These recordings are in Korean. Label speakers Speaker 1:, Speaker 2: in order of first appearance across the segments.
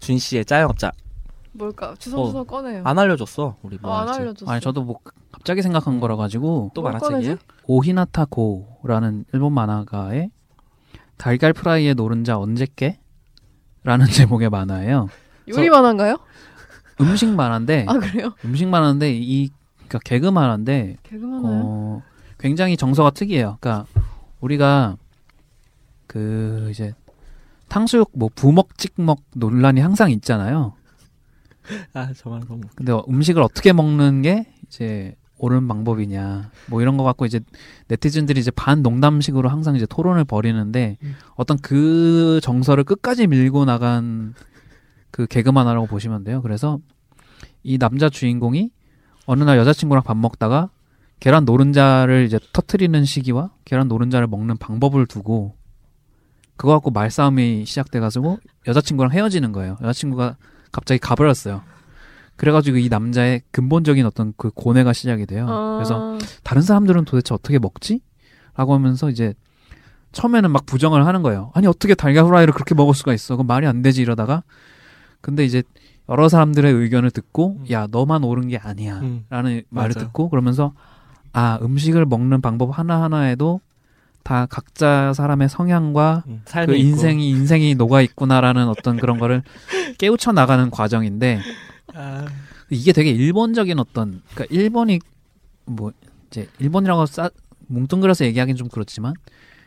Speaker 1: 준 씨의 짜영업자
Speaker 2: 뭘까? 주섬주섬 꺼내요.
Speaker 1: 안 알려줬어 우리
Speaker 2: 어, 네. 안
Speaker 1: 뭐또
Speaker 2: 알려줬어.
Speaker 3: 어. 아, 아니 저도 뭐 갑자기
Speaker 2: 네.
Speaker 3: 생각한 거라 가지고
Speaker 2: 뭘
Speaker 1: 만화책이에요?
Speaker 3: 오히나타 고라는 일본 만화가의 달걀 프라이의 노른자 언제 깨? 라는 제목의 만화예요.
Speaker 2: 요리 만화인가요?
Speaker 3: 음식 만화인데
Speaker 2: 아 그래요?
Speaker 3: 음식 만화인데 이 그러니까 개그 만화인데
Speaker 2: 개그 만화요?
Speaker 3: 어, 굉장히 정서가 특이해요. 그러니까 우리가 그 이제 탕수육 뭐 부먹 찍먹 논란이 항상 있잖아요.
Speaker 1: 아 정말 너무
Speaker 3: 근데 어, 음식을 어떻게 먹는 게 이제 옳은 방법이냐 뭐 이런 거 갖고 이제 네티즌들이 이제 반 농담식으로 항상 이제 토론을 벌이는데
Speaker 1: 음.
Speaker 3: 어떤 그 정서를 끝까지 밀고 나간 그 개그만화라고 보시면 돼요. 그래서 이 남자 주인공이 어느 날 여자친구랑 밥 먹다가 계란 노른자를 이제 터트리는 시기와 계란 노른자를 먹는 방법을 두고 그거 갖고 말싸움이 시작돼가지고 여자친구랑 헤어지는 거예요. 여자친구가 갑자기 가버렸어요. 그래가지고 이 남자의 근본적인 어떤 그 고뇌가 시작이 돼요.
Speaker 2: 아,
Speaker 3: 그래서 다른 사람들은 도대체 어떻게 먹지? 라고 하면서 이제 처음에는 막 부정을 하는 거예요. 아니 어떻게 달걀 후라이를 그렇게 먹을 수가 있어? 그건 말이 안 되지 이러다가 근데 이제 여러 사람들의 의견을 듣고
Speaker 1: 음.
Speaker 3: 야 너만 옳은 게 아니야
Speaker 1: 음.
Speaker 3: 라는 말을
Speaker 1: 맞아요.
Speaker 3: 듣고 그러면서 아 음식을 먹는 방법 하나하나에도 다 각자 사람의 성향과
Speaker 1: 음, 삶이
Speaker 3: 그
Speaker 1: 있고.
Speaker 3: 인생이 인생이 녹아 있구나라는 어떤 그런 거를 깨우쳐 나가는 과정인데
Speaker 1: 아,
Speaker 3: 이게 되게 일본적인 어떤 그러니까 일본이 뭐 이제 일본이라고 싸 뭉뚱그려서 얘기하긴 좀 그렇지만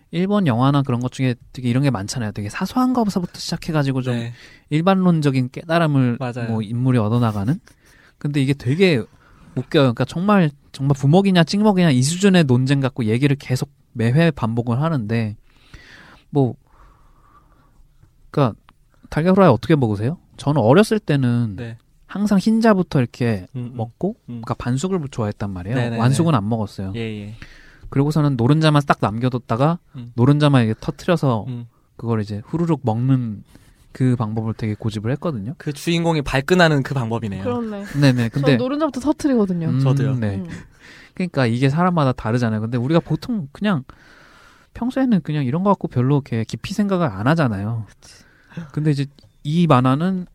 Speaker 3: 일본 영화나 그런 것 중에 되게 이런 게 많잖아요. 되게 사소한 거부터 시작해가지고 좀
Speaker 1: 네.
Speaker 3: 일반론적인 깨달음을
Speaker 1: 맞아요.
Speaker 3: 뭐 인물이 얻어나가는. 근데 이게 되게 웃겨요. 그러니까 정말 정말 부먹이냐 찍먹이냐 이 수준의 논쟁 갖고 얘기를 계속 매회 반복을 하는데 뭐 그러니까 달걀 후라이 어떻게 먹으세요? 저는 어렸을 때는
Speaker 1: 네.
Speaker 3: 항상 흰자부터 이렇게
Speaker 1: 음, 음.
Speaker 3: 먹고
Speaker 1: 음.
Speaker 3: 그러니까 반숙을 좋아했단 말이에요.
Speaker 1: 네네네.
Speaker 3: 완숙은 안 먹었어요.
Speaker 1: 예, 예.
Speaker 3: 그리고서는 노른자만 딱 남겨뒀다가
Speaker 1: 음.
Speaker 3: 노른자만 이게 터트려서
Speaker 1: 음.
Speaker 3: 그걸 이제 후루룩 먹는 그 방법을 되게 고집을 했거든요.
Speaker 1: 그 주인공이 발끈하는 그 방법이네요.
Speaker 2: 그렇네.
Speaker 3: 네네. 근데
Speaker 2: 전 노른자부터 터트리거든요.
Speaker 3: 음,
Speaker 1: 저도요.
Speaker 3: 네.
Speaker 2: 음.
Speaker 3: 그러니까 이게 사람마다 다르잖아요. 근데 우리가 보통 그냥 평소에는 그냥 이런 거 갖고 별로 이렇게 깊이 생각을 안 하잖아요. 근데 이제 이 만화는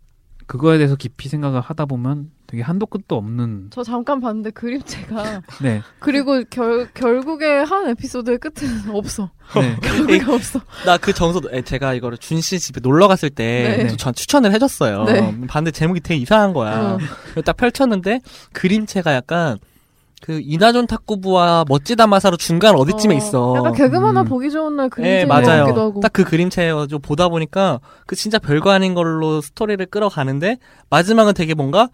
Speaker 3: 그거에 대해서 깊이 생각을 하다 보면 되게 한도 끝도 없는
Speaker 2: 저 잠깐 봤는데 그림체가
Speaker 3: 네.
Speaker 2: 그리고 결 결국에 한 에피소드의 끝은 없어.
Speaker 3: 네.
Speaker 2: 결국에 없어.
Speaker 1: 나 그 정서 도 제가 이거를 준 씨 집에 놀러 갔을 때
Speaker 3: 네.
Speaker 1: 또 전 추천을 해줬어요.
Speaker 2: 네.
Speaker 1: 봤는데 제목이 되게 이상한 거야.
Speaker 3: 아,
Speaker 2: 어.
Speaker 1: 그래서 딱 펼쳤는데 그림체가 약간 그 이나존 탁구부와 멋지다 마사로 중간 어디쯤에
Speaker 2: 어,
Speaker 1: 있어.
Speaker 2: 약간 개그 만화
Speaker 3: 음.
Speaker 2: 보기 좋은 날
Speaker 1: 예,
Speaker 2: 그림체 같기도
Speaker 1: 맞아요.
Speaker 2: 하고.
Speaker 1: 딱 그 그림체여서 보다 보니까 그 진짜 별거 아닌 걸로 스토리를 끌어가는데 마지막은 되게 뭔가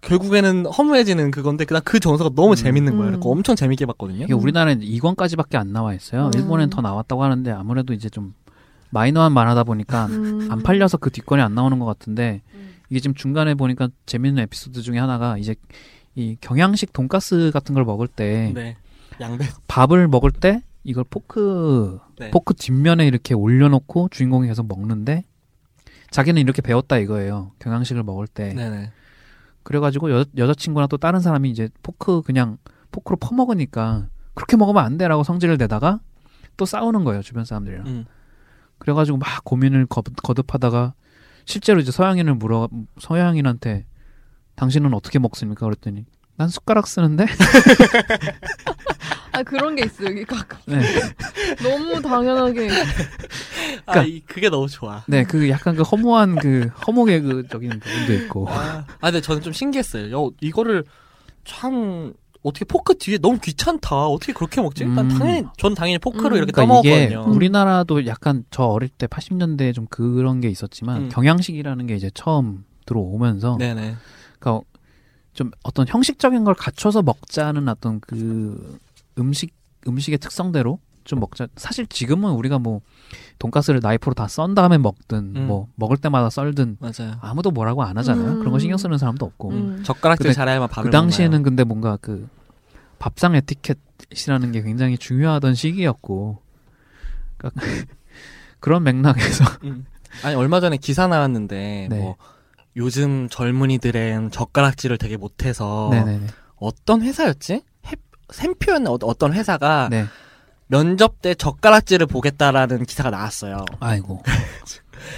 Speaker 1: 결국에는 허무해지는 그건데 그냥 그 정서가 너무
Speaker 3: 음.
Speaker 1: 재밌는 거예요.
Speaker 2: 음.
Speaker 1: 그래서 엄청 재밌게 봤거든요.
Speaker 3: 이게 우리나라엔 2권까지밖에 안 나와 있어요.
Speaker 2: 음.
Speaker 3: 일본엔 더 나왔다고 하는데 아무래도 이제 좀 마이너한 만화다 보니까
Speaker 2: 음.
Speaker 3: 안 팔려서 그 뒷권이 안 나오는 것 같은데
Speaker 2: 음.
Speaker 3: 이게 지금 중간에 보니까 재밌는 에피소드 중에 하나가 이제 이 경양식 돈가스 같은 걸 먹을 때
Speaker 1: 네. 양배.
Speaker 3: 밥을 먹을 때 이걸 포크
Speaker 1: 네.
Speaker 3: 포크 뒷면에 이렇게 올려놓고 주인공이 계속 먹는데 자기는 이렇게 배웠다 이거예요 경양식을 먹을 때
Speaker 1: 네네.
Speaker 3: 그래가지고 여, 여자친구나 또 다른 사람이 이제 포크 그냥 포크로 퍼먹으니까 그렇게 먹으면 안 돼라고 성질을 내다가 또 싸우는 거예요 주변 사람들이랑
Speaker 1: 음.
Speaker 3: 그래가지고 막 고민을 거, 듭하다가 실제로 이제 서양인을 물어 서양인한테 당신은 어떻게 먹습니까 그랬더니 난 숟가락 쓰는데
Speaker 2: 아 그런 게 있어 여기 가끔.
Speaker 3: 네.
Speaker 2: 너무 당연하게.
Speaker 3: 그러니까
Speaker 1: 아, 이, 그게 너무 좋아.
Speaker 3: 네, 그 약간 그 허무한 그 허무 개그적인 부분도 있고.
Speaker 1: 아, 근데 저는 좀 신기했어요. 여, 이거를 참 어떻게 포크 뒤에 너무 귀찮다. 어떻게 그렇게 먹지? 난
Speaker 3: 음.
Speaker 1: 당연히 전 당연히 포크로
Speaker 2: 음.
Speaker 1: 이렇게
Speaker 3: 그러니까 이게
Speaker 1: 떠먹었거든요.
Speaker 3: 우리나라도 약간 저 어릴 때 80년대에 좀 그런 게 있었지만
Speaker 1: 음.
Speaker 3: 경양식이라는 게 이제 처음 들어오면서
Speaker 1: 네네.
Speaker 3: 그러니까 좀 어떤 형식적인 걸 갖춰서 먹자는 어떤 그 음식 음식의 특성대로 좀 먹자. 사실 지금은 우리가 뭐 돈가스를 나이프로 다 썬 다음에 먹든
Speaker 1: 음.
Speaker 3: 뭐 먹을 때마다 썰든
Speaker 1: 맞아요.
Speaker 3: 아무도 뭐라고 안 하잖아요.
Speaker 2: 음.
Speaker 3: 그런 거 신경 쓰는 사람도 없고.
Speaker 2: 음.
Speaker 1: 젓가락질
Speaker 3: 근데
Speaker 1: 잘해야만 밥을
Speaker 3: 그 당시에는 근데 뭔가 그 밥상 에티켓이라는 게 굉장히 중요하던 시기였고 그러니까 그런 맥락에서
Speaker 1: 음. 아니 얼마 전에 기사 나왔는데
Speaker 3: 네.
Speaker 1: 뭐 요즘 젊은이들은 젓가락질을 되게 못해서
Speaker 3: 네네네
Speaker 1: 어떤 회사였지? 해- 샘표였나 어- 어떤 회사가
Speaker 3: 네
Speaker 1: 면접 때 젓가락질을 보겠다라는 기사가 나왔어요.
Speaker 3: 아이고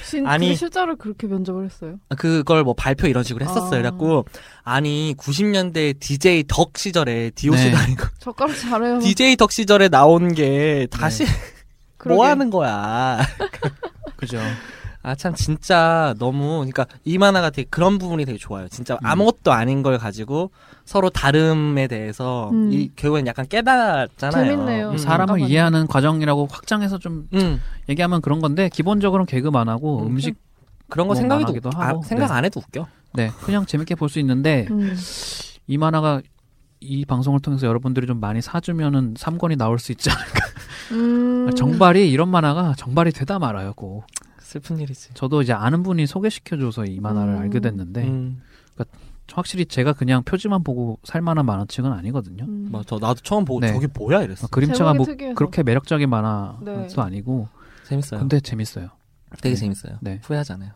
Speaker 2: 진,
Speaker 1: 아니.
Speaker 2: 근데 실제로 그렇게 면접을 했어요.
Speaker 1: 그걸 뭐 발표 이런 식으로 했었어요.
Speaker 2: 아.
Speaker 1: 그래갖고 아니 90년대 DJ 덕 시절에 DOC도
Speaker 3: 네.
Speaker 1: 아니고
Speaker 2: 젓가락 잘해요.
Speaker 1: DJ 덕 시절에 나온 게
Speaker 3: 네.
Speaker 1: 다시
Speaker 2: 그러게.
Speaker 1: 뭐 하는 거야.
Speaker 3: 그죠.
Speaker 1: 아 참 진짜 너무 그러니까 이 만화가 되게 그런 부분이 되게 좋아요. 진짜
Speaker 3: 음.
Speaker 1: 아무것도 아닌 걸 가지고 서로 다름에 대해서
Speaker 2: 음.
Speaker 1: 이 결국엔 약간 깨달았잖아요.
Speaker 2: 재밌네요.
Speaker 1: 음.
Speaker 3: 사람을
Speaker 2: 깜깜하네.
Speaker 3: 이해하는 과정이라고 확장해서 좀
Speaker 1: 음.
Speaker 3: 얘기하면 그런 건데 기본적으로 개그 만화고
Speaker 1: 음,
Speaker 3: 음, 식
Speaker 1: 그런 거
Speaker 3: 뭐
Speaker 1: 생각해도
Speaker 3: 만화기도
Speaker 1: 아,
Speaker 3: 하고.
Speaker 1: 생각
Speaker 3: 네.
Speaker 1: 안 해도 웃겨.
Speaker 3: 네 그냥 재밌게 볼 수 있는데
Speaker 2: 음.
Speaker 3: 이 만화가 이 방송을 통해서 여러분들이 좀 많이 사주면은 3권이 나올 수 있지 않을까.
Speaker 2: 음.
Speaker 3: 아, 정발이 이런 만화가 정발이 되다 말아요. 꼭.
Speaker 1: 슬픈 일이지.
Speaker 3: 저도 이제 아는 분이 소개시켜줘서 이 만화를
Speaker 2: 음.
Speaker 3: 알게 됐는데
Speaker 1: 음.
Speaker 3: 확실히 제가 그냥 표지만 보고 살만한 만화책은 아니거든요.
Speaker 2: 음.
Speaker 1: 맞아. 뭐 나도 처음 보고
Speaker 3: 네.
Speaker 1: 저게 뭐야 이랬어.
Speaker 3: 어, 그림체가
Speaker 2: 제목이
Speaker 3: 뭐
Speaker 2: 특이해서.
Speaker 3: 그렇게 매력적인 만화도
Speaker 2: 네.
Speaker 3: 아니고
Speaker 1: 재밌어요.
Speaker 3: 근데 재밌어요.
Speaker 1: 되게
Speaker 3: 네.
Speaker 1: 재밌어요.
Speaker 3: 네.
Speaker 1: 후회하지 않아요.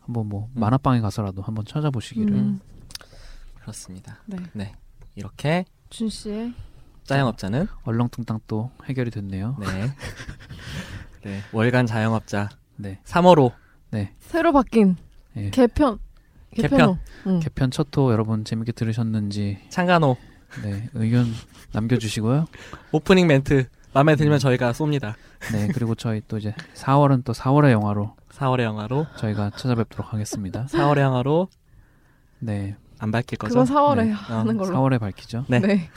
Speaker 3: 한번 뭐
Speaker 1: 음.
Speaker 3: 만화방에 가서라도 한번 찾아보시기를.
Speaker 2: 음.
Speaker 1: 그렇습니다.
Speaker 2: 네.
Speaker 1: 이렇게
Speaker 2: 준 씨의
Speaker 1: 자영업자는
Speaker 3: 얼렁뚱땅 또 해결이 됐네요.
Speaker 1: 네. 네. 월간 자영업자
Speaker 3: 네.
Speaker 1: 3월호
Speaker 2: 새로 바뀐
Speaker 3: 예. 음.
Speaker 2: 개편. 개편호. 음. 응.
Speaker 3: 개편 첫 호 여러분 재밌게 들으셨는지
Speaker 1: 창간호
Speaker 3: 네, 의견 남겨주시고요.
Speaker 1: 오프닝 멘트 마음에 들면 저희가 쏩니다.
Speaker 3: 네 그리고 저희 또 이제 4월은 또 4월의 영화로
Speaker 1: 4월의 영화로
Speaker 3: 저희가 찾아뵙도록 하겠습니다.
Speaker 1: 4월의 영화로
Speaker 3: 네
Speaker 1: 안 밝힐 거죠?
Speaker 2: 그건 4월에
Speaker 3: 네.
Speaker 2: 하는 걸로.
Speaker 3: 4월에 밝히죠.
Speaker 1: 네.
Speaker 2: 네.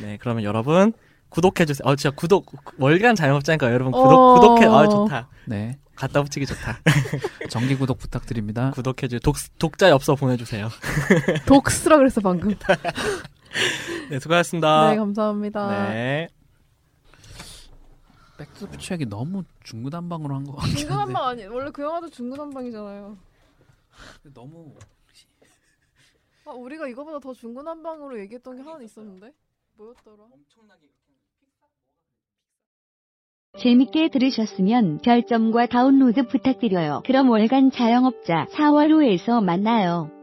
Speaker 1: 네, 그러면 여러분 구독해 주세요. 어, 진짜 구독 월간 자영업자니까 여러분 구독
Speaker 2: 어.
Speaker 1: 구독해. 아, 좋다.
Speaker 3: 네
Speaker 1: 갖다 붙이기 좋다.
Speaker 3: 정기 구독 부탁드립니다.
Speaker 1: 구독해 주세요. 독, 독자 엽서 보내 주세요.
Speaker 2: 독스라 그랬어 방금.
Speaker 1: 네, 수고하셨습니다.
Speaker 2: 네 감사합니다.
Speaker 1: 네.
Speaker 3: 백투더퓨처 얘기 너무 중구난방으로 한 것 같긴 한데
Speaker 2: 중구난방 아니 원래 그 영화도 중구난방이잖아요.
Speaker 3: 너무
Speaker 2: 아 우리가 이거보다 더 중구난방으로 얘기했던 게 하나 있었는데 뭐였더라?
Speaker 4: 재밌게 들으셨으면 별점과 다운로드 부탁드려요. 그럼 월간 자영업자 4월 호에서 만나요.